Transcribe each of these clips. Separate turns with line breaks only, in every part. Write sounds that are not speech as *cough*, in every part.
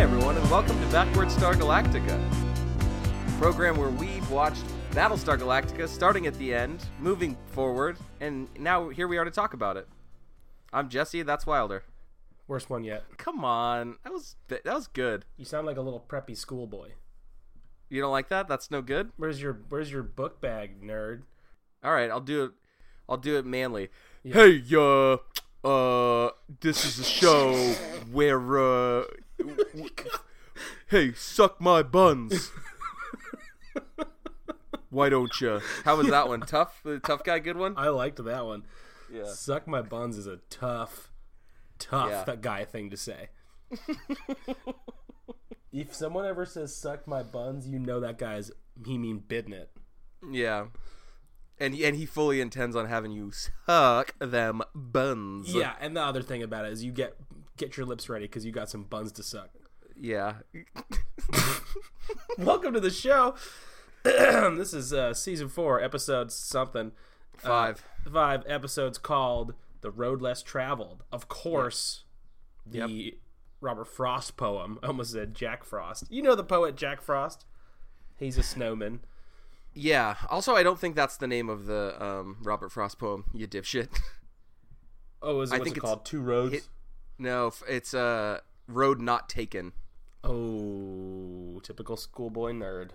everyone, and welcome to Backward Star Galactica, a program where we've watched Battlestar Galactica, starting at the end, moving forward, and now here we are to talk about it. I'm Jesse. That's Wilder.
Worst one yet.
Come on, that was that was good.
You sound like a little preppy schoolboy.
You don't like that? That's no good.
Where's your Where's your book bag, nerd?
All right, I'll do it. I'll do it manly. Hey, uh, uh, this is a
*laughs*
show where, uh, w- w- hey, suck my buns. Why don't you? How was that one? Tough, the tough guy, good one.
I liked that one.
Yeah.
Suck my buns is a tough, tough
Yeah.
guy thing to say. if someone ever says "suck my buns," you know that guy's he mean bidding it.
Yeah. And he, and he fully intends on having you suck them buns.
yeah, and the other thing about it is you get get your lips ready because you got some buns to suck.
Yeah.
*laughs* Welcome to the show. *clears throat* this is uh, season four, episode something.
Five.
five episodes called "The Road Less Traveled." Of course, the Robert Frost poem. *laughs* I almost said Jack Frost. You know the poet Jack Frost. He's a snowman.
yeah. Also, I don't think that's the name of the um, Robert Frost poem. You dipshit.
Oh, is it, what's
think
it
it's-
called? Two roads.
it- no, f- it's uh, road not taken.
oh, typical schoolboy nerd.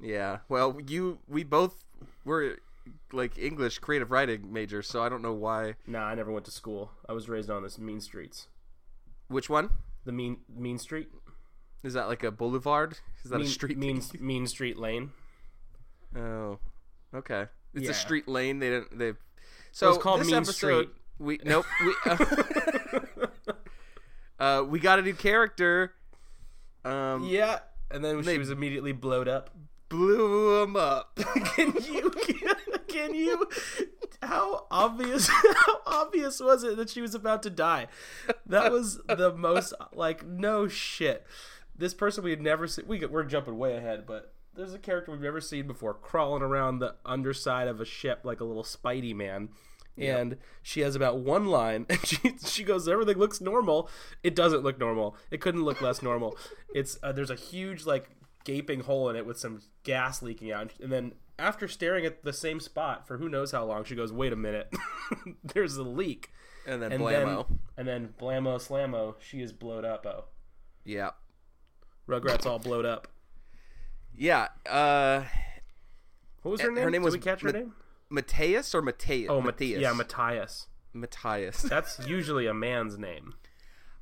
Yeah. Well, you we both were like English creative writing majors, so I don't know why.
Nah, I never went to school. I was raised on this mean streets.
Which one
The mean mean street.
is that? Like a boulevard? Is that
mean,
a street?
mean
thing?
mean
*laughs*
street lane.
Oh, okay. It's
Yeah.
a street lane. They didn't. They. So
it's called
this
Mean
episode,
Street.
We nope. We *laughs* uh, uh, we got a new character. Um,
yeah, and then
They-
she was immediately blowed up.
blew him up. *laughs*
*laughs* can you can, can you how obvious *laughs* how obvious was it that she was about to die that was the most like no shit this person we had never seen we, could- we're jumping way ahead but there's a character we've never seen before crawling around the underside of a ship like a little spidey man and she has about one line *laughs* and she she goes everything looks normal it doesn't look normal it couldn't look less normal it's uh, there's a huge like gaping hole in it with some gas leaking out and then after staring at the same spot for who knows how long she goes wait a minute *laughs* there's a leak
and then
and
blammo.
then and then blammo slammo she is blowed up oh
Yeah.
rugrats all blowed up
Yeah. Uh,
what was her
Eh,
name
her name was
Did we catch her
Ma-
name
Matthias or Matthias?
oh
Matthias.
matthias yeah matthias
Matthias.
that's usually a man's name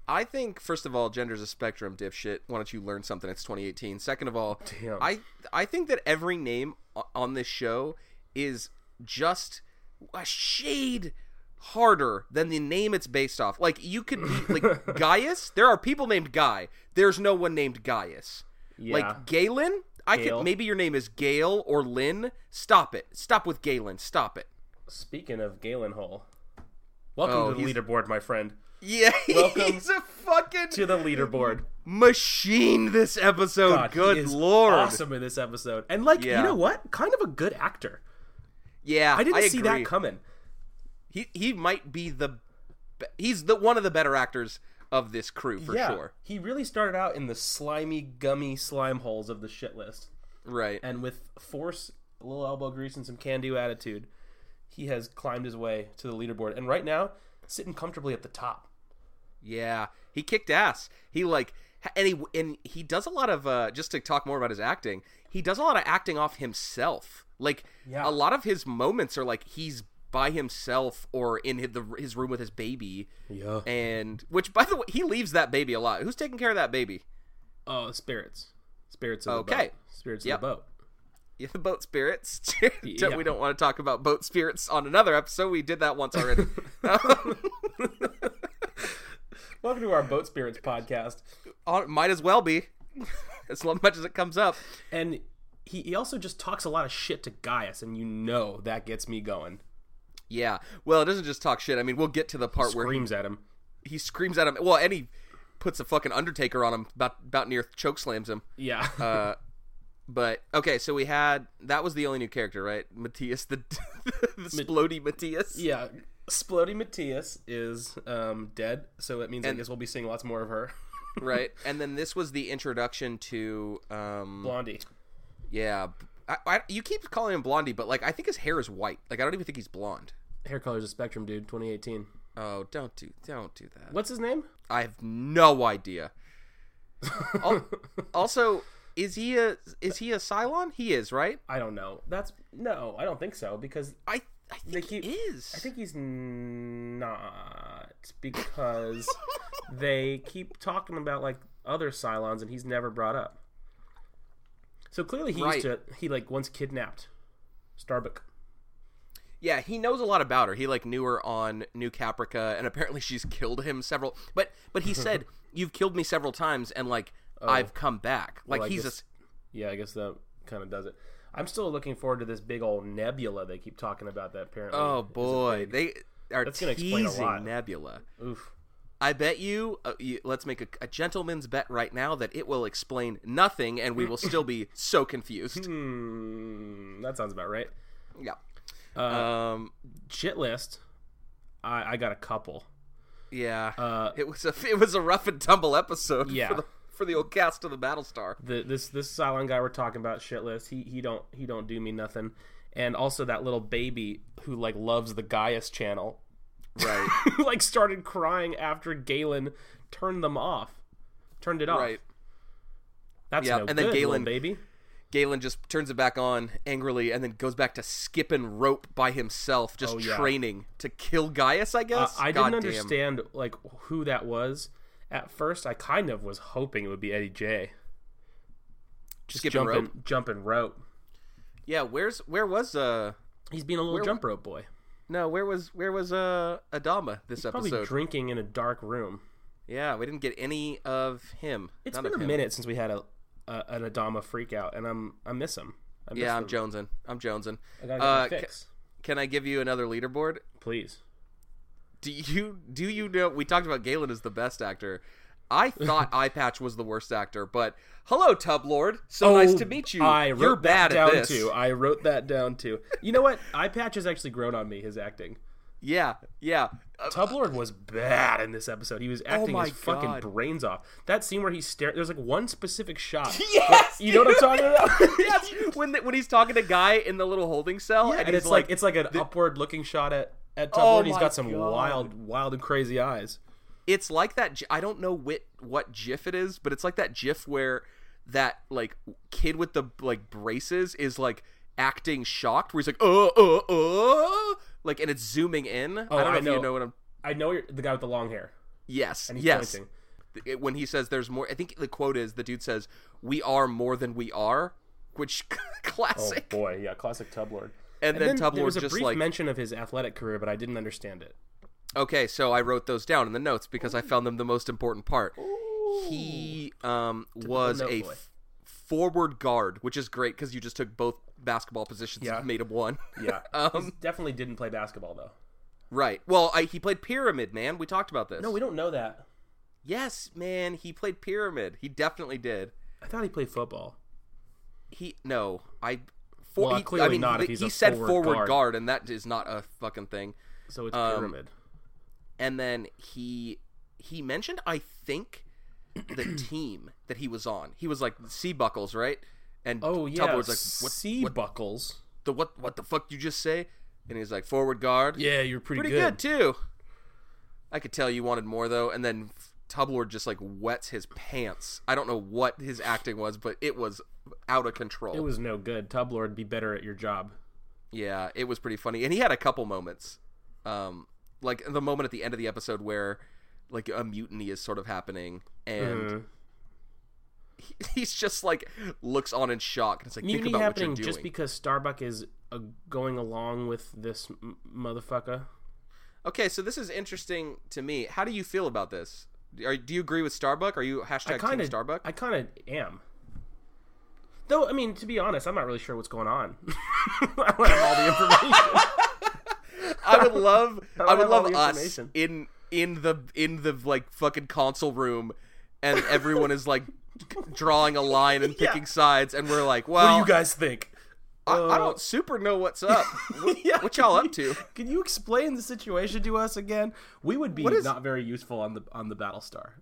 I think first of all, gender's a spectrum, dipshit. Why don't you learn something? It's 2018. Second of all,
Damn.
I I think that every name o- on this show is just a shade harder than the name it's based off. Like you could be
*laughs*
like Gaius. There are people named Guy. There's no one named Gaius.
Yeah.
Like Galen. I
Gale.
could maybe your name is Gale or Lynn. Stop it. Stop with Galen. Stop it.
Speaking of Galen Hall, welcome
Oh,
to the
he's-
leaderboard, my friend.
Yeah, *laughs*
Welcome
he's a fucking
To the
*laughs*
leaderboard.
machine this episode.
God, he
Good
is
lord.
awesome in this episode, and like
Yeah.
you know what? Kind of a good actor.
Yeah,
I didn't see
agree.
that coming.
He he might be the be- he's the one of the better actors of this crew for
yeah,
sure.
he really started out in the slimy, gummy slime holes of the shit list,
Right.
and with force, a little elbow grease, and some can-do attitude, he has climbed his way to the leaderboard, and right now sitting comfortably at the top.
yeah, he kicked ass. He like ha- and he and he does a lot of uh just to talk more about his acting. He does a lot of acting off himself. Like
Yeah.
a lot of his moments are like he's by himself or in his, the, his room with his baby.
Yeah.
And which by the way, he leaves that baby a lot. Who's taking care of that baby?
Oh, spirits, spirits of the
Okay.
boat. Spirits
Yep.
of the boat.
Yeah, the *laughs* boat spirits. Don't-
Yeah.
We don't want to talk about boat spirits on another episode. We did that once
*laughs*
already. *laughs*
Welcome to our boat spirits podcast.
On- might as well be, *laughs* as lo- much as it comes up.
And he, he also just talks a lot of shit to Gaius, and you know that gets me going.
Yeah. Well, it doesn't just talk shit. I mean, we'll get to the part where
Screams at him.
he screams at him. Well, and he puts a fucking undertaker on him about about near choke slams him. Uh,
Yeah.
But okay, so we had that was the only new character, right? Matthias, the *laughs* the splody Matthias.
yeah. Splody Matthias is um, dead, so that means I guess we'll be seeing lots more of her. *laughs*
right? And then this was the introduction to, um,
Blondie.
yeah. I, I, you keep calling him Blondie, but like I think his hair is white. Like I don't even think he's blonde.
Hair color's a spectrum, dude. 2018.
Oh, don't do, don't do that.
What's his name?
I have no
*laughs*
idea. Al- also, is he a is he a Cylon? He is, right?
I don't know. That's no, I don't think so because
I I think
keep-
he is.
I think he's not *laughs* because they keep talking about like other Cylons and he's never brought up. So clearly he
Right.
used to he like once kidnapped Starbuck.
yeah, he knows a lot about her. He like knew her on New Caprica, and apparently she's killed him several. But but he
*laughs*
said, "You've killed me several times, and like I've come back." Like
Oh. I
he's
guess-
just
Yeah, I guess that kind of does it. I'm still looking forward to this big old nebula they keep talking about that apparently.
oh boy, they are
That's gonna explain a lot.
teasing Nebula.
Oof.
I bet you, uh, you let's make a, a gentleman's bet right now that it will explain nothing, and we will still be so
*laughs*
confused.
Hmm, that sounds about right.
Yeah.
Uh,
um.
Shit list. I, I got a couple.
Yeah.
Uh,
it was a it was a rough and tumble episode.
Yeah.
For the, for the old cast of the Battlestar.
the this this Cylon guy we're talking about shit list. He he don't he don't do me nothing. And also that little baby who like loves the Gaius channel, *laughs*
Right. *laughs*
who like started crying after Galen turned them off, turned it off.
right.
That's
Yeah,
no
and then
good, little
Galen-
baby.
Galen just turns it back on angrily and then goes back to skipping rope by himself, just
Oh, yeah.
training to kill Gaius, I
I,
guess.
I
God
didn't
damn.
understand like who that was at first. I kind of was hoping it would be Eddie J. Just
Skipping
jumping
rope?
jumping rope.
Yeah, where's where was uh
He's being a little
Where-
jump rope boy.
no, where was where was uh Adama this
Probably
episode?
drinking in a dark room.
yeah, we didn't get any of him.
It's
None
been
of
a
him.
minute since we had a, a an Adama freak out, and I'm I miss him. I miss
Yeah, I'm
him.
jonesing. I'm jonesing.
I gotta get
Uh,
my
ca-
fix.
can I give you another leaderboard?
Please.
Do you do you know we talked about Galen as the best actor? I
*laughs*
thought Eye Patch was the worst actor, but hello, Tub Lord. So Oh, nice to meet you.
Oh, I wrote
You're bad
that down
at this.
too. I wrote that down too. You know what? Eye patch has actually grown on me. His acting.
Yeah, yeah. *laughs* Uh,
Tublord was bad in this episode. He was acting
Oh my
his fucking
God.
brains off. That scene where he's staring. There's like one specific shot.
*laughs* Yes,
You know what I'm
dude.
talking about?
yes. When the, when he's talking to guy in the little holding cell,
And,
and, he's
it's like, it's like an upward looking shot at at Tublord.
Oh
and he's
my
got some
God.
wild, wild and crazy eyes.
it's like that. gi- I don't know what what GIF it is, but it's like that GIF where that like kid with the like braces is like acting shocked, where he's like, uh, uh, uh, like, and it's zooming in. I don't know
Oh, I
if
know.
you know what I'm.
I know you're, the guy with the long hair.
Yes,
And he's
yes.
pointing.
it- when he says there's more i think the quote is the dude says we are more than we are which *laughs*
Oh
classic
boy, yeah, classic Tublord.
and, then,
there
Tublord
was a
just
brief
like
mention of his athletic career, but I didn't understand it.
okay so i wrote those down in the notes because i found them the most important part he um was
note
a
boy.
f- forward guard which is great because you just took both basketball positions
Yeah.
and made him one *laughs*
Yeah,
Um,
definitely didn't play basketball though.
right well I, he played pyramid man we talked about this
No, we don't know that.
yes man he played pyramid he definitely did
I thought he played football.
He no, I. For,
Well,
he,
clearly
I mean,
not
He,
if he's
he
a
said
forward
forward,
guard.
guard. and that is not a fucking thing.
So it's
Um,
pyramid.
And then he he mentioned, I think, the
*clears throat*
team that he was on. He was like sea buckles, right? And
Oh yeah,
Tubbler was like, what,
sea buckles.
the what what the fuck you just say? And he's like, forward guard.
Yeah, you're pretty,
pretty
good.
good. too. I could tell you wanted more though. And then Tublord just like wets his pants. I don't know what his acting was, but it was out of control.
It was no good. Tublord, be better at your job.
Yeah, it was pretty funny, and he had a couple moments, um, like the moment at the end of the episode where, like, a mutiny is sort of happening, and
Mm-hmm.
he, *laughs* he's just like looks on in shock. It's like
Mutiny
think about
happening
what you're doing.
just because Starbuck is uh, going along with this m- motherfucker.
okay, so this is interesting to me. How do you feel about this? Are, do you agree with Starbuck? Are you hashtag
Kinda-
Team Starbuck?
I kind of am. Though, I mean, to be honest, I'm not really sure what's going on. *laughs* I don't have all the
*laughs*
information.
I would
*laughs*
love I
have
would
all
love
the
us
information.
in in the in the like fucking console room
*laughs*
and everyone is like drawing a line and picking sides and we're like, well,
guys think?
I, I
Uh.
don't super know what's up.
*laughs*
What,
Yeah,
what y'all
can
up to?
you- *laughs* Can you explain the situation to us again? We would be
is-
not very useful on the on the Battlestar.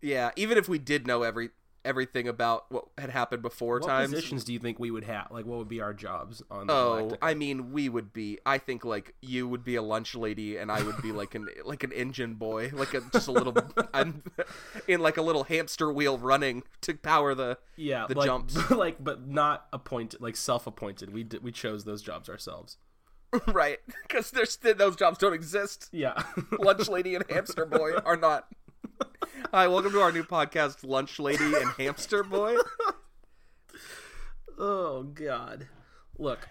Yeah, even if we did know every everything about what had happened before
What
times.
positions do you think we would have? Like, what would be our jobs on the
Oh,
Galactica?
I mean, we would be. I think like you would be a lunch lady, and I would be like an *laughs* like an engine boy, like a, just a little. I'm in like a little hamster wheel running to power the.
yeah,
the
like,
jumps.
*laughs* like, but not appointed, like self-appointed. We d- we chose those jobs ourselves.
*laughs* Right, because there's those jobs don't exist.
Yeah, *laughs*
Lunch lady and hamster boy are not. Hi, welcome to our new podcast, Lunch Lady and Hamster Boy.
Oh God! Look,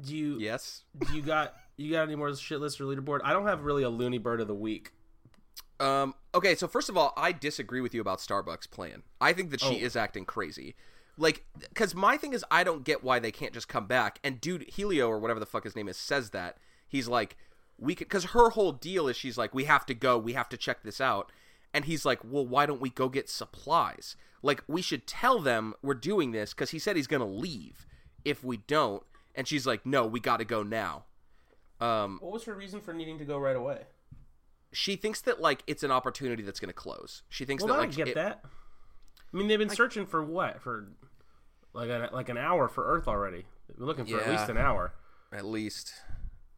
do you
Yes.
do you got you got any more shit list or leaderboard? I don't have really a loony bird of the week.
Um, okay, so first of all, I disagree with you about Starbucks' plan. I think that she is acting crazy. Like, because my thing is, I don't get why they can't just come back. And dude, Helio or whatever the fuck his name is says that he's like, we could, because her whole deal is she's like, we have to go, we have to check this out. And he's like, well, why don't we go get supplies? Like, we should tell them we're doing this because he said he's gonna leave if we don't. And she's like, no, we got to go now. Um,
What was her reason for needing to go right away?
she thinks that like it's an opportunity that's gonna close. She thinks
Well,
that
I
like
don't get
it-
that. I mean, they've been searching for what for like a, like an hour for Earth already. They've been looking for at
Yeah.
least an hour.
At least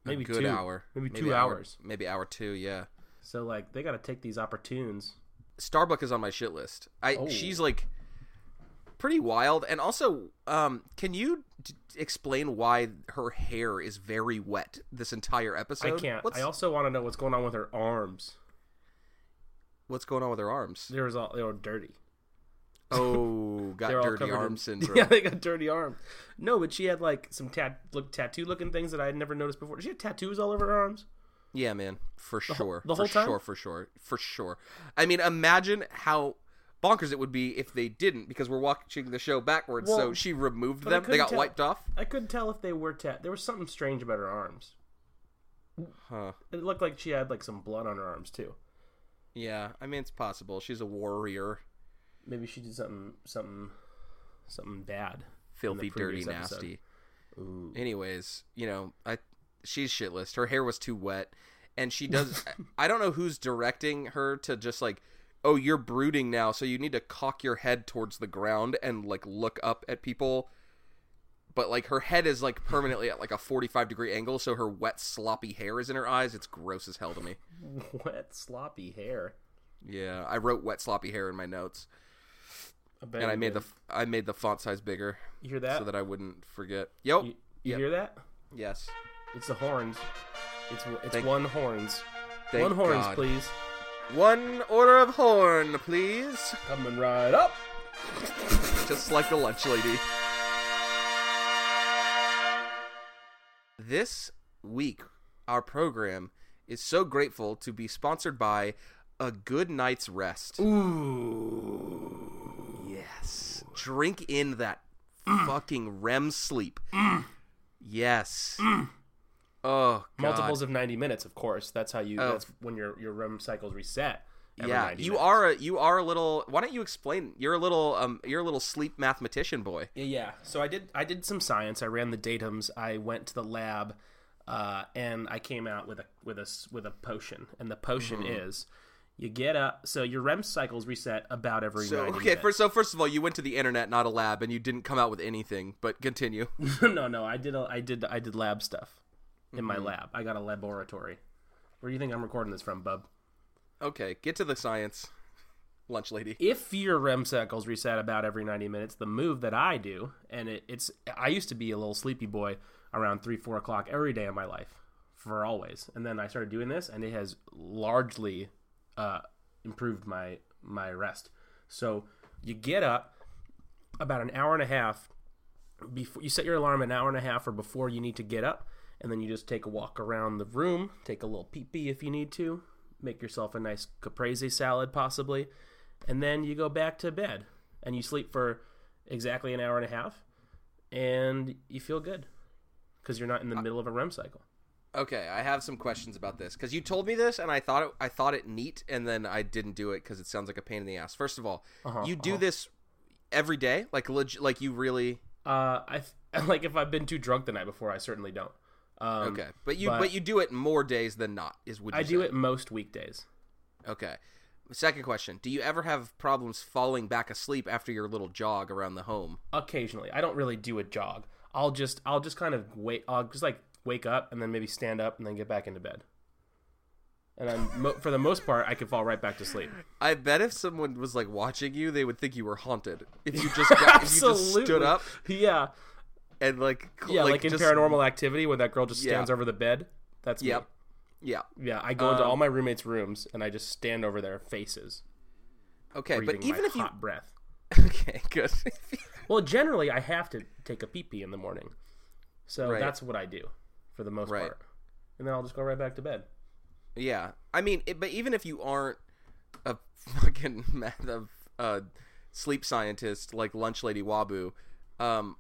a
Maybe
good
two.
hour.
Maybe two
hour-
hours.
Maybe hour two. Yeah.
So like they got to take these opportunes.
Starbuck is on my shit list. I
Oh.
she's like pretty wild, and also, um, can you d- explain why her hair is very wet this entire episode?
I can't.
What's,
I also want to know what's going on with her arms.
what's going on with her arms?
There was all they were dirty. *laughs*
Oh, got
They're all
dirty
covered
arm
in-
syndrome.
Yeah, they got dirty arms. No, but she had like some tat look tattoo looking things that I had never noticed before. She had tattoos all over her arms.
Yeah, man, for sure.
the whole
for
time?
sure, for sure, for sure. I mean, imagine how bonkers it would be if they didn't, because we're watching the show backwards. so
Well,
she removed
I
them; they
couldn't
got
tell-
wiped off.
I couldn't tell if they were tat. There was something strange about her arms.
Huh.
It looked like she had like some blood on her arms too.
Yeah, I mean, it's possible. She's a warrior,
Maybe she did something something something bad.
filthy, dirty,
previous episode.
nasty.
Ooh.
Anyways, you know, I she's shitless. Her hair was too wet, and she does.
*laughs*
I don't know who's directing her to just like, oh, you're brooding now, so you need to cock your head towards the ground and like look up at people. But like her head is like permanently at like a 45 degree angle, so her wet, sloppy hair is in her eyes. It's gross as hell to me.
*laughs* Wet sloppy hair.
Yeah, I wrote wet, sloppy hair in my notes,
I bet
and I
you
made the
did.
f- I made the font size bigger
You hear that?
so that I wouldn't forget. Yep.
you you
yeah.
hear that?
yes.
It's the horns. It's it's
Thank-
one horns.
Thank
one horns,
God.
please.
One order of horn, please.
Coming right up.
Just like the lunch lady. This week, our program is so grateful to be sponsored by A Good Night's Rest.
Ooh.
Yes. Drink in that Mm. fucking REM sleep. Yes. Oh, God.
Multiples of 90 minutes, of course. That's how you
Oh.
that's when your your REM cycles reset. every
Yeah,
90
you
minutes.
are a you are a little. Why don't you explain? You're a little um, you're a little sleep mathematician boy.
Yeah, yeah. So I did I did some science. I ran the datums. I went to the lab, uh, and I came out with a with a s- with a potion. And the potion
Mm-hmm.
is, you get up. So your REM cycles reset about every.
So
90
okay,
minutes.
first, so first of all, you went to the internet, not a lab, and you didn't come out with anything. But continue.
*laughs* no, no. I did a, I did I did lab stuff in my lab. I got a laboratory. Where do you think I'm recording this from, bub?
Okay, get to the science, lunch lady.
if your REM cycles reset about every 90 minutes, the move that I do, and it, it's, I used to be a little sleepy boy around three, four o'clock every day of my life for always. And then I started doing this and it has largely, uh, improved my, my rest. So you get up about an hour and a half before you set your alarm an hour and a half or before you need to get up and then you just take a walk around the room take a little pee pee if you need to make yourself a nice caprese salad possibly and then you go back to bed and you sleep for exactly an hour and a half and you feel good because you're not in the middle of a REM cycle.
Okay, I have some questions about this because you told me this, and I thought it, I thought it neat, and then I didn't do it because it sounds like a pain in the ass. First of all, you do this every day, like leg- like you really
Uh, I th- *laughs* like if I've been too drunk the night before, I certainly don't. Um,
okay, but you but,
but-
you do it more days than not is would you
I do
say.
it most weekdays.
Okay. Second question: Do you ever have problems falling back asleep after your little jog around the home?
Occasionally, I don't really do a jog. I'll just I'll just kind of wait. I'll just like wake up and then maybe stand up and then get back into bed. And I'm mo- for the most part, I can fall right back
*laughs*
to sleep.
I bet if someone was like watching you, they would think you were haunted if
*laughs*
you just got, if you just stood
Absolutely.
up
Yeah,
and like cl-
yeah, like, in
just,
Paranormal Activity when that girl just
Yeah.
stands over the bed. That's me.
Yep. Um, Yeah.
Yeah, I go into all my roommates' rooms and I just stand over their faces,
Okay,
breathing
but even
my
if you
hot breath.
*laughs* okay, good. *laughs*
Well, generally, I have to take a pee pee in the morning, so
Right.
that's what I do for the most
Right.
part, and then I'll just go right back to bed.
yeah, I mean, it, but even if you aren't a fucking *laughs* math of uh, sleep scientist like Lunch Lady Wabu, um,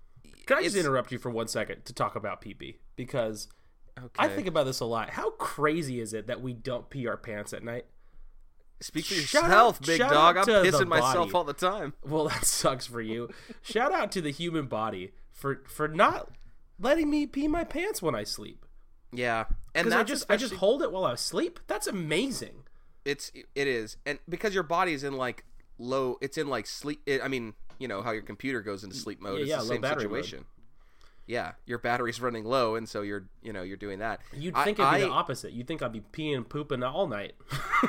Can I just
It's-
interrupt you for one second to talk about pee pee because
okay.
I think about this a lot. How crazy is it that we don't pee our pants at night?
Speak for
Shout out-
yourself, big
shout
dog. I'm
out to the
pissing myself
body.
all the time.
Well, *laughs* that sucks for you. Shout out to the human body for for not letting me pee my pants when I sleep.
Yeah, and
Because
that's
I just I just
especially-
hold it while I sleep. That's amazing.
it's it is, and because your body's in like low, it's in like sleep. It, I mean, you know how your computer goes into sleep mode.
Yeah,
it's
yeah,
the
low
same
battery mode.
situation. Yeah, your battery's running low, and so you're you know you're doing that.
You'd
I-
think it'd be the
I-
opposite. You'd think I'd be peeing pooping all night *laughs*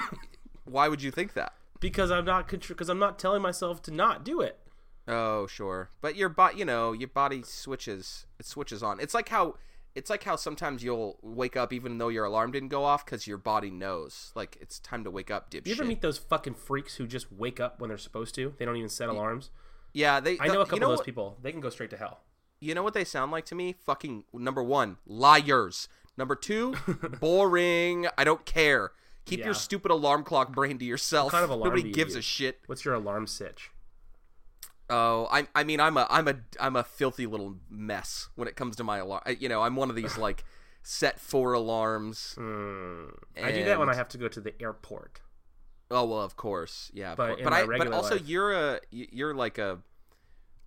Why would you think that?
because I'm not because I'm not telling myself to not do it.
Oh, sure. But your body, you know, your body switches. It switches on. It's like how it's like how sometimes you'll wake up even though your alarm didn't go off because your body knows like it's time to wake up, dipshit.
You ever meet those fucking freaks who just wake up when they're supposed to? They don't even set alarms.
yeah, they.
I know a couple
you know
of those
what,
people. They can go straight to hell.
You know what they sound like to me? Fucking number one, liars. Number
*laughs*
two, boring. I don't care. Keep
Yeah.
your stupid alarm clock brain to yourself.
kind of alarm do
Nobody
you
gives a
use?
shit.
What's your alarm sitch?
Oh, I, I mean, I'm a, I'm a, I'm a filthy little mess when it comes to my alarm. I, you know, I'm one of these like set four alarms.
Mm. Hmm. I do that when I
and-
have to go to the airport.
Oh well, of course, yeah. of
But
course.
in
but
my
I, but
regular
also
life-
you're a, y- you're like a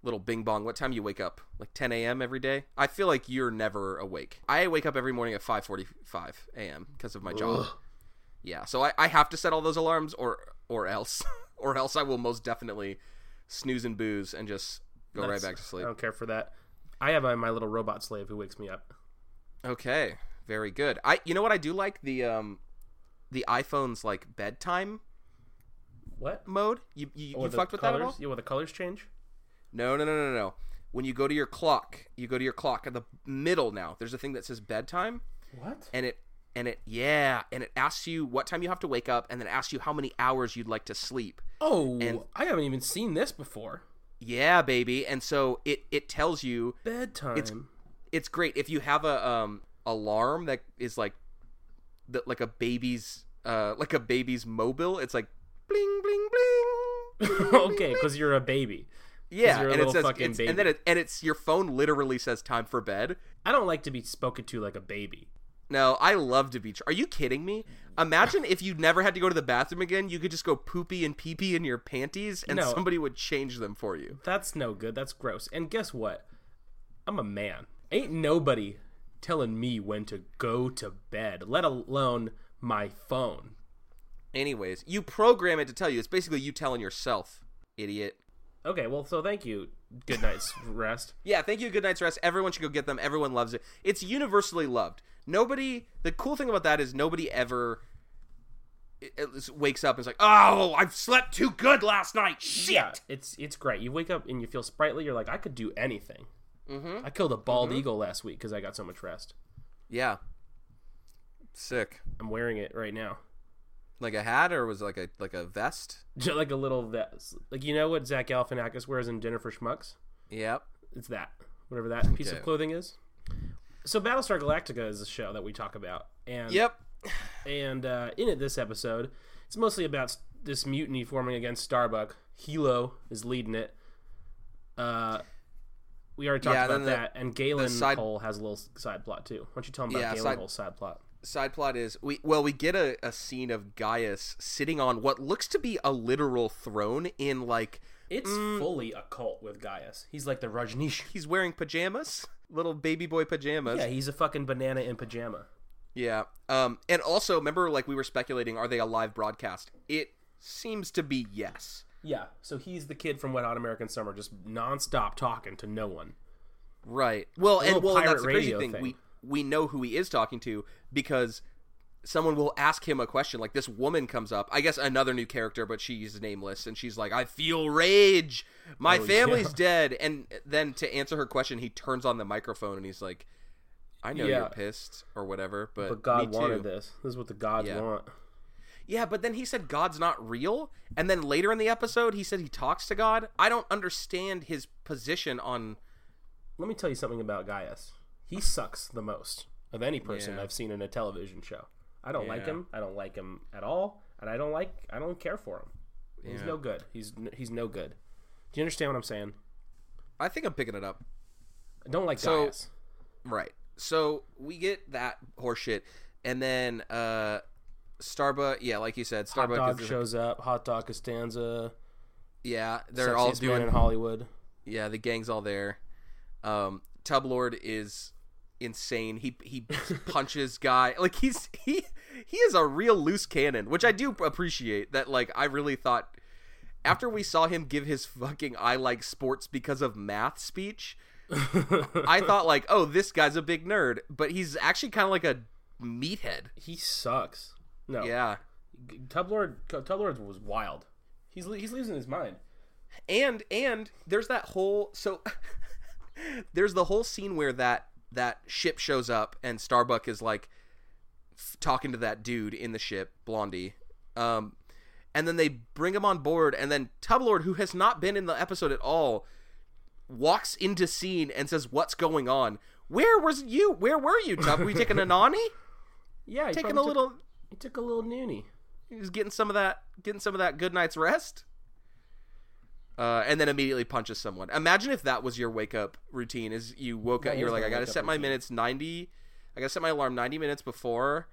little bing bong. What time you wake up? Like 10 a.m. every day? I feel like you're never awake. I wake up every morning at 5:45 a.m. because of my job. Yeah, so I, I have to set all those alarms, or or else, *laughs* or else I will most definitely snooze and booze and just go right
That's-
back to sleep.
I don't care for that. I have uh, my little robot slave who wakes me up.
Okay, very good. I you know what I do like the um the iPhone's like bedtime
What?
mode. You you,
Oh,
you
the
fucked with that at
colors?
all?
Yeah, well, the colors change.
No, no, no, no, no. When you go to your clock, you go to your clock at the middle now. There's a thing that says bedtime
What?
and it and it yeah, and it asks you what time you have to wake up and then it asks you how many hours you'd like to sleep.
Oh,
and-
I haven't even seen this before.
Yeah, baby. And so it it tells you
Bedtime.
*laughs* it's great if you have a um alarm that is like the, like a baby's uh like a baby's mobile it's like bling bling *laughs* bling
okay, because you're a baby.
yeah
you're a
and it
little
says
fucking
it's,
baby.
and then it and it's your phone literally says time for bed
I don't like to be spoken to like a baby.
no i love to be tr- are you kidding me imagine if you never had to go to the bathroom again you could just go poopy and pee pee in your panties and
No.
somebody would change them for you
That's no good. That's gross. And guess what? I'm a man. Ain't nobody telling me when to go to bed, let alone my phone.
anyways you program it to tell you it's basically you telling yourself idiot
Okay, well, so thank you. Good
*laughs*
night's rest.
Yeah, thank you. Good night's rest. Everyone should go get them. Everyone loves it. It's universally loved. Nobody. The cool thing about that is nobody ever it, it wakes up and is like, "Oh, I've slept too good last night." Shit.
Yeah, it's it's great. You wake up and you feel sprightly. You're like, I could do anything. Mm-hmm. I killed a bald eagle last week because I got so much rest.
Yeah. Sick.
I'm wearing it right now, *laughs*
Like a hat, or was it like a like a vest?
just like a little vest. Like you know what Zach Galifianakis wears in Dinner for Schmucks?
Yep.
It's that whatever that piece of
Okay.
clothing is. So Battlestar Galactica is a show that we talk about, and
Yep.
and uh, in it this episode, it's mostly about s- this mutiny forming against Starbuck. Hilo is leading it. Uh, we already talked
Yeah,
about
then the-
that, and Galen
side-
Cole has a little s- side plot too. Why don't you tell him about
Yeah,
Galen
side-
Cole's side plot?
Side plot is we well we get a, a scene of Gaius sitting on what looks to be a literal throne in like
It's
Mm.
fully a cult with Gaius. He's like the Rajneesh.
he's wearing pajamas, little baby boy pajamas.
Yeah, he's a fucking banana in pajama.
Yeah. Um, and also, remember, like we were speculating, are they a live broadcast? It seems to be yes.
Yeah, so he's the kid from Wet Hot American Summer, just nonstop talking to no one.
Right. Well, and
little
well, and
pirate
that's the crazy
radio
thing.
thing.
We we know who he is talking to because someone will ask him a question. Like this woman comes up. I guess another new character, but she's nameless, and she's like, "I feel rage. My
Oh, yeah.
family's
*laughs*
dead." And then to answer her question, he turns on the microphone and he's like, "I know
Yeah.
you're pissed or whatever, but
But God
me too.
wanted this. This is what the gods
Yeah.
want.
Yeah, but then he said God's not real, and then later in the episode he said he talks to God. I don't understand his position on.
Let me tell you something about Gaius. He sucks the most of any person
Yeah.
I've seen in a television show. I don't like
Yeah.
him. I don't like him at all, and I don't like. I don't care for him. He's
Yeah.
no good. He's n- he's no good. Do you understand what I'm saying?
I think I'm picking it up.
I don't like
So-
Gaius.
Right. So we get that horseshit, and then uh Starbuck. Yeah, like you said,
Hot
Starbuck.
dog
is-
shows up. Hot dog Costanza.
yeah, they're all
sexiest man
doing.
in Hollywood. *laughs*
Yeah, the gang's all there. Um, Tub Lord is insane. He
*laughs*
he punches guy like he's he he is a real loose cannon, which I do appreciate. That like I really thought after we saw him give his fucking I like sports because of math speech,
*laughs*
I thought like oh this guy's a big nerd, but he's actually kind of like a meathead.
He sucks. No.
Yeah.
G- Tublord. Tublord was wild. He's lo- he's losing his mind.
and and there's that whole so *laughs* there's the whole scene where that that ship shows up and starbuck is like f- talking to that dude in the ship blondie um and then they bring him on board and then tublord who has not been in the episode at all walks into scene and says what's going on where was you where were you tub were you taking a nani
Yeah, he
taking a
probably took-
little
He took a little noonie.
he was getting some of that getting some of that good night's rest uh, and then immediately punches someone imagine if that was your wake up routine is you woke
That
up you're
is
like
my
i gotta
wake-up
set my
routine.
minutes 90 i gotta set my alarm 90 minutes before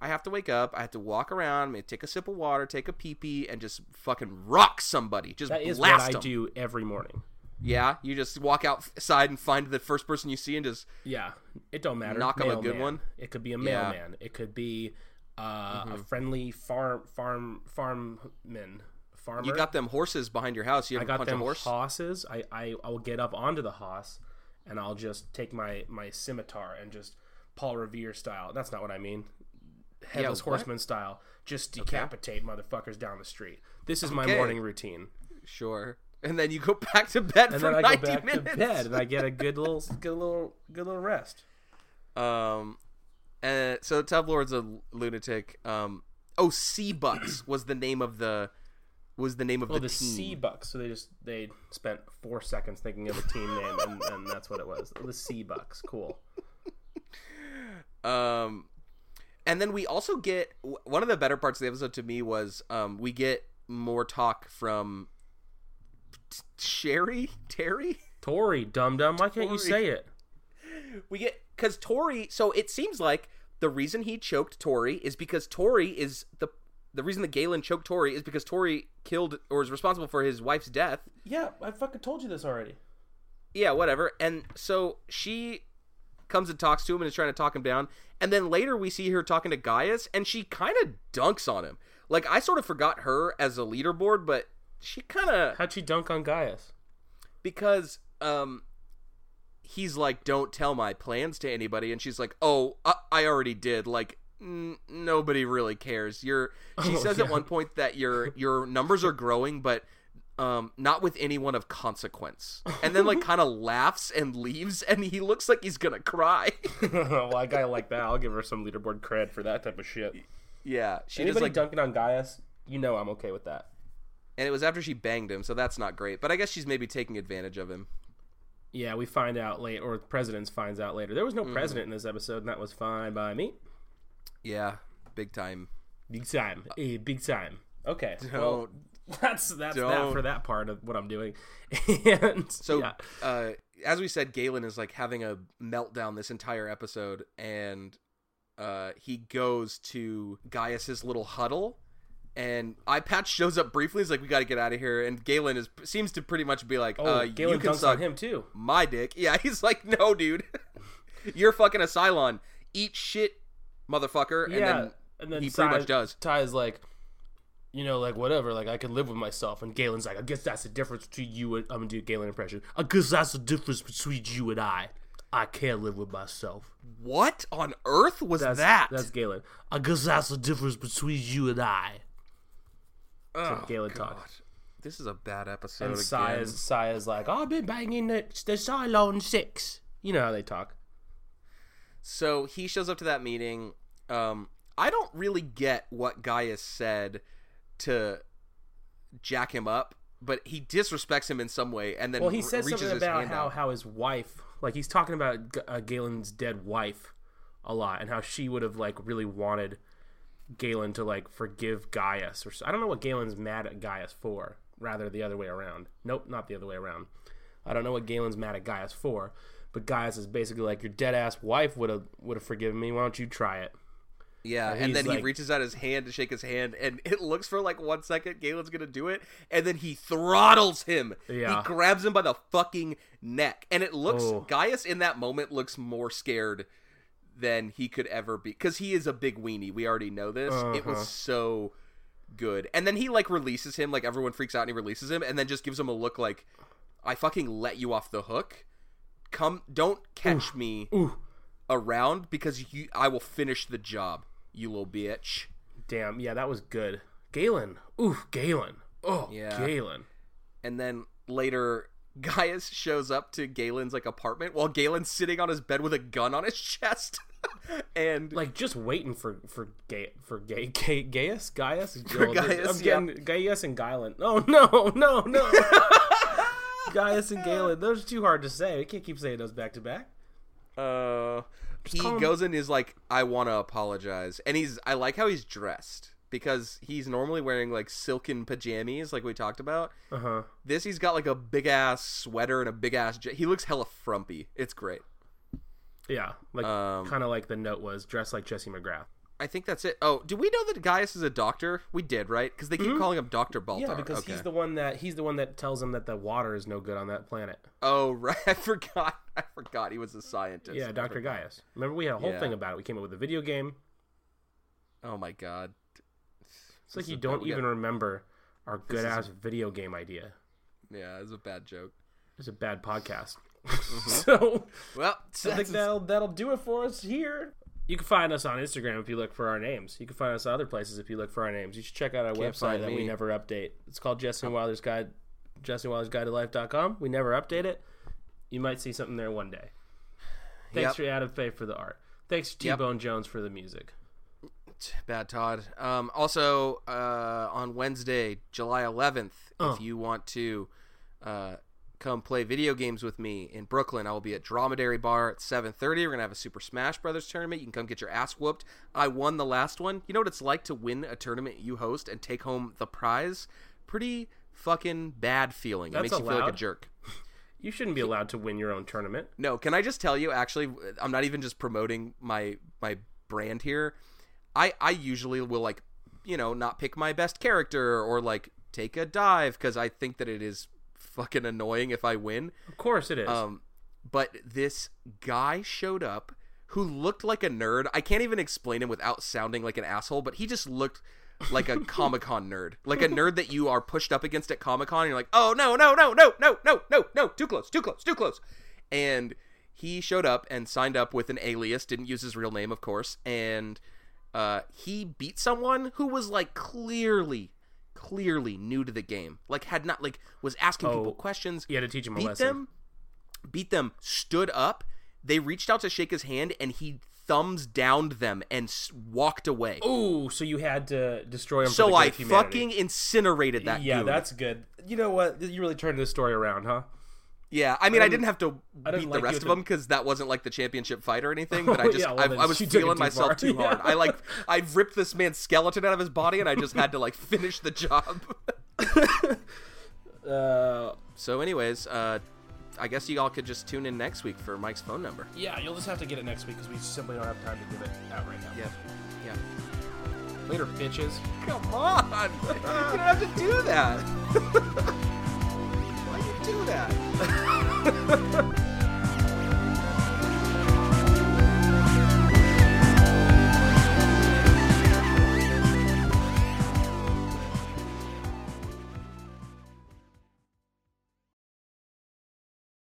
i have to wake up i have to walk around maybe take a sip of water take a pee pee and just fucking rock somebody just
That is
blast
what I
them
do every morning.
yeah you just walk outside and find the first person you see and just
Yeah, it don't matter.
Knock 'em a good
Mailman.
one?
It could be a
Yeah. Mm-hmm.
mailman. It could be uh, a friendly farm farm farmman farmer.
you got them horses behind your house you
I
ever
got
punch
them
a horse
hosses. I, I I will get up onto the hoss, and I'll just take my my scimitar and just Paul Revere style. That's not what I mean. Headless
what?
horseman style. Just decapitate motherfuckers down the street. This is my
Okay.
morning routine.
sure and then you go *laughs* back to bed
And
for
then I
90
go back
minutes
to bed and I get a good *laughs* little good little good little rest.
Um, uh, so Tub Lord's a lunatic. Um, oh, Sea *clears throat* Bucks was the name of the was the name of
Well,
Oh, the,
the
team.
Sea Bucks. So they just they spent four seconds thinking of a *laughs* team name, and, and that's what it was. The Sea Bucks. Cool.
Um, and then we also get w- one of the better parts of the episode to me was um, we get more talk from T- Sherry Terry.
Tori, dum dum. Why can't you
Tory.
say it?
We get because Tori. So it seems like the reason he choked Tori is because Tori is the the reason that Galen choked Tori is because Tori killed or is responsible for his wife's death.
Yeah, I fucking told you this already.
yeah, whatever. And so she comes and talks to him and is trying to talk him down. And then later we see her talking to Gaius, and she kind of dunks on him. Like I sort of forgot her as a leaderboard, but she kind of
How'd she dunk on Gaius?
because um he's like, "Don't tell my plans to anybody," and she's like, "Oh, I, I already did." Like. N- nobody really cares. You're. She
*laughs* Oh,
says at
yeah.
one point that your your numbers are growing, but um, not with anyone of consequence. And then
*laughs*
like kind of laughs and leaves, and he looks like he's gonna cry.
*laughs*
*laughs*
well, I gotta like that. I'll give her some leaderboard cred for that type of shit.
yeah, she
Anybody
just like,
dunking on Gaius, you know I'm okay with that.
and it was after she banged him, so that's not great. But I guess she's maybe taking advantage of him.
Yeah, we find out late, or the president finds out later. There was no president in this episode, and that was fine by me.
Yeah, big time.
Big time, Eh, big time. Okay, well, *laughs*
Don't
that's that's that
Don't.
for that part of what I'm doing. *laughs* And
So,
yeah.
uh, as we said, Galen is like having a meltdown this entire episode, and uh, he goes to Gaius's little huddle, and Eye Patch shows up briefly. He's like, "We got to get out of here," and Galen is seems to pretty much be like,
oh,
uh,
Galen
"You can
dunks on
suck
him too.
my dick." *laughs* Yeah, he's like, "No, dude, *laughs* you're fucking a Cylon. Eat shit, motherfucker."
yeah,
And then he pretty much does.
Ty is like, you know, like whatever, like I can live with myself. And Galen's like, I guess that's the difference between you and I'm gonna do a Galen impression. I guess that's the difference between you and I. I can't live with myself.
What on earth was
That's,
that?
That's Galen. I guess that's the difference between you and I.
oh,
Galen talk.
This is a bad episode.
And
again.
Saya's, Saya's like, I've been banging the, the Cylon 6. You know how they talk.
So he shows up to that meeting. Um, I don't really get what Gaius said to jack him up, but he disrespects him in some way, and then
Well, he
re-
says
reaches
something
his
about
hand
how,
out.
how his wife, like he's talking about G- uh, Galen's dead wife a lot, and how she would have like really wanted Galen to like forgive Gaius, or s- I don't know what Galen's mad at Gaius for. Rather, the other way around. Nope, not the other way around. I don't know what Galen's mad at Gaius for, but Gaius is basically like, your dead ass wife would have would have forgiven me. Why don't you try it?
yeah,
he's
and then he
like-
reaches out his hand to shake his hand, and *laughs* it looks for like one second Galen's gonna do it, and then he throttles him.
Yeah.
he grabs him by the fucking neck, and it looks
Oh.
Gaius in that moment looks more scared than he could ever be because he is a big weenie. We already know this. It
Uh-huh.
was so good. And then he like releases him, like everyone freaks out and he releases him, and then just gives him a look like, I fucking let you off the hook. Come don't catch me
Ooh.
around because you I will finish the job, you little bitch.
Damn, yeah, that was good. Galen, oof, Galen, oh,
Yeah.
Galen.
And then later *laughs* Gaius shows up to Galen's like apartment while Galen's sitting on his bed with a gun on his *laughs* chest. and
like just waiting for for gay for *laughs* gay, gay Gaius Gaius
For Gaius,
I'm getting Gaius and Galen. No, *laughs* no, no, *laughs* no. Gaius and Galen. Those are too hard to say. We can't keep saying those back to back.
Uh, he
call him-
goes in. Is like, I want to apologize, and he's. I like how he's dressed because he's normally wearing like silken pajamas, like we talked about.
Uh huh.
This he's got like a big ass sweater and a big ass. Ja- he looks hella frumpy. It's great.
Yeah, like
Um,
kind of like the note was dressed like Jesse McGrath.
I think that's it. Oh, do we know that Gaius is a doctor? We did, right? Because they keep calling him Doctor Baltar.
Mm-hmm. Yeah, because
okay.
he's the one that he's the one that tells him that the water is no good on that planet.
Oh *laughs* right, I forgot. I forgot he was a scientist.
Yeah, Doctor Gaius. Remember we had a whole
Yeah.
thing about it. We came up with a video game.
Oh my god.
It's like
This
you
is-
don't
we got-
even remember our good ass video game idea.
Yeah, it's a bad joke.
It's a bad podcast. *laughs* Mm-hmm. so
Well,
I think that'll that'll do it for us here. You can find us on Instagram if you look for our names. You can find us other places if you look for our names. You should check out our website
find
that we
me.
never update. It's called Justin Wilder's Guide Justin Wilder's Guide to Life.com. We never update it. You might see something there one day.
Yep.
Thanks for Adam Faye for the art. Thanks to T
Yep.
Bone Jones for the music.
Bad Todd. Um, also, uh, on Wednesday, July 11th,
Oh.
if you want to uh, come play video games with me in Brooklyn, I will be at Dromedary Bar at 7.30. We're going to have a Super Smash Brothers tournament. You can come get your ass whooped. I won the last one. You know what it's like to win a tournament you host and take home the prize? Pretty fucking bad feeling. it
That's
makes you feel like a
allowed?
jerk.
You shouldn't be allowed to win your own tournament.
No, can I just tell you? Actually, I'm not even just promoting my my brand here. I I usually will like, you know, not pick my best character or like take a dive because I think that it is fucking annoying if I win.
Of course it is.
Um, but this guy showed up who looked like a nerd. I can't even explain him without sounding like an asshole, but he just looked like
*laughs*
a Comic Con nerd, like a nerd that you are pushed up against at Comic Con. and You're like, oh no, no, no, no, no, no, no, no, too close, too close, too close. And he showed up and signed up with an alias, didn't use his real name, of course, and uh, he beat someone who was like clearly, clearly new to the game, like had not like was asking
Oh,
people questions,
you had to teach him a
beat
lesson.
them, beat them, stood up. They reached out to shake his hand, and he thumbs downed them and s- walked away.
Ooh, so you had to destroy him. for
so
the good
I
of humanity.
fucking incinerated that.
yeah,
dude.
that's good. You know what? You really turned this story around, huh?
yeah. I mean, I, didn't have to
didn't
beat
like
the
you
rest
at
of
the- Oh,
them because that wasn't like the championship fight or anything. But I just,
yeah, well, then
I, I was
you took it
feeling
too
myself
far.
too hard.
Yeah.
I
*laughs*
like, I've ripped this man's skeleton out of his body, and I just had to like finish the job.
*laughs* Uh,
so, anyways, uh, I guess you all could just tune in next week for Mike's phone number.
yeah, you'll just have to get it next week because we simply don't have time to give it out right now.
Yeah. Yeah.
Later, bitches.
Come on! *laughs* You don't have to do that! Why do you do that?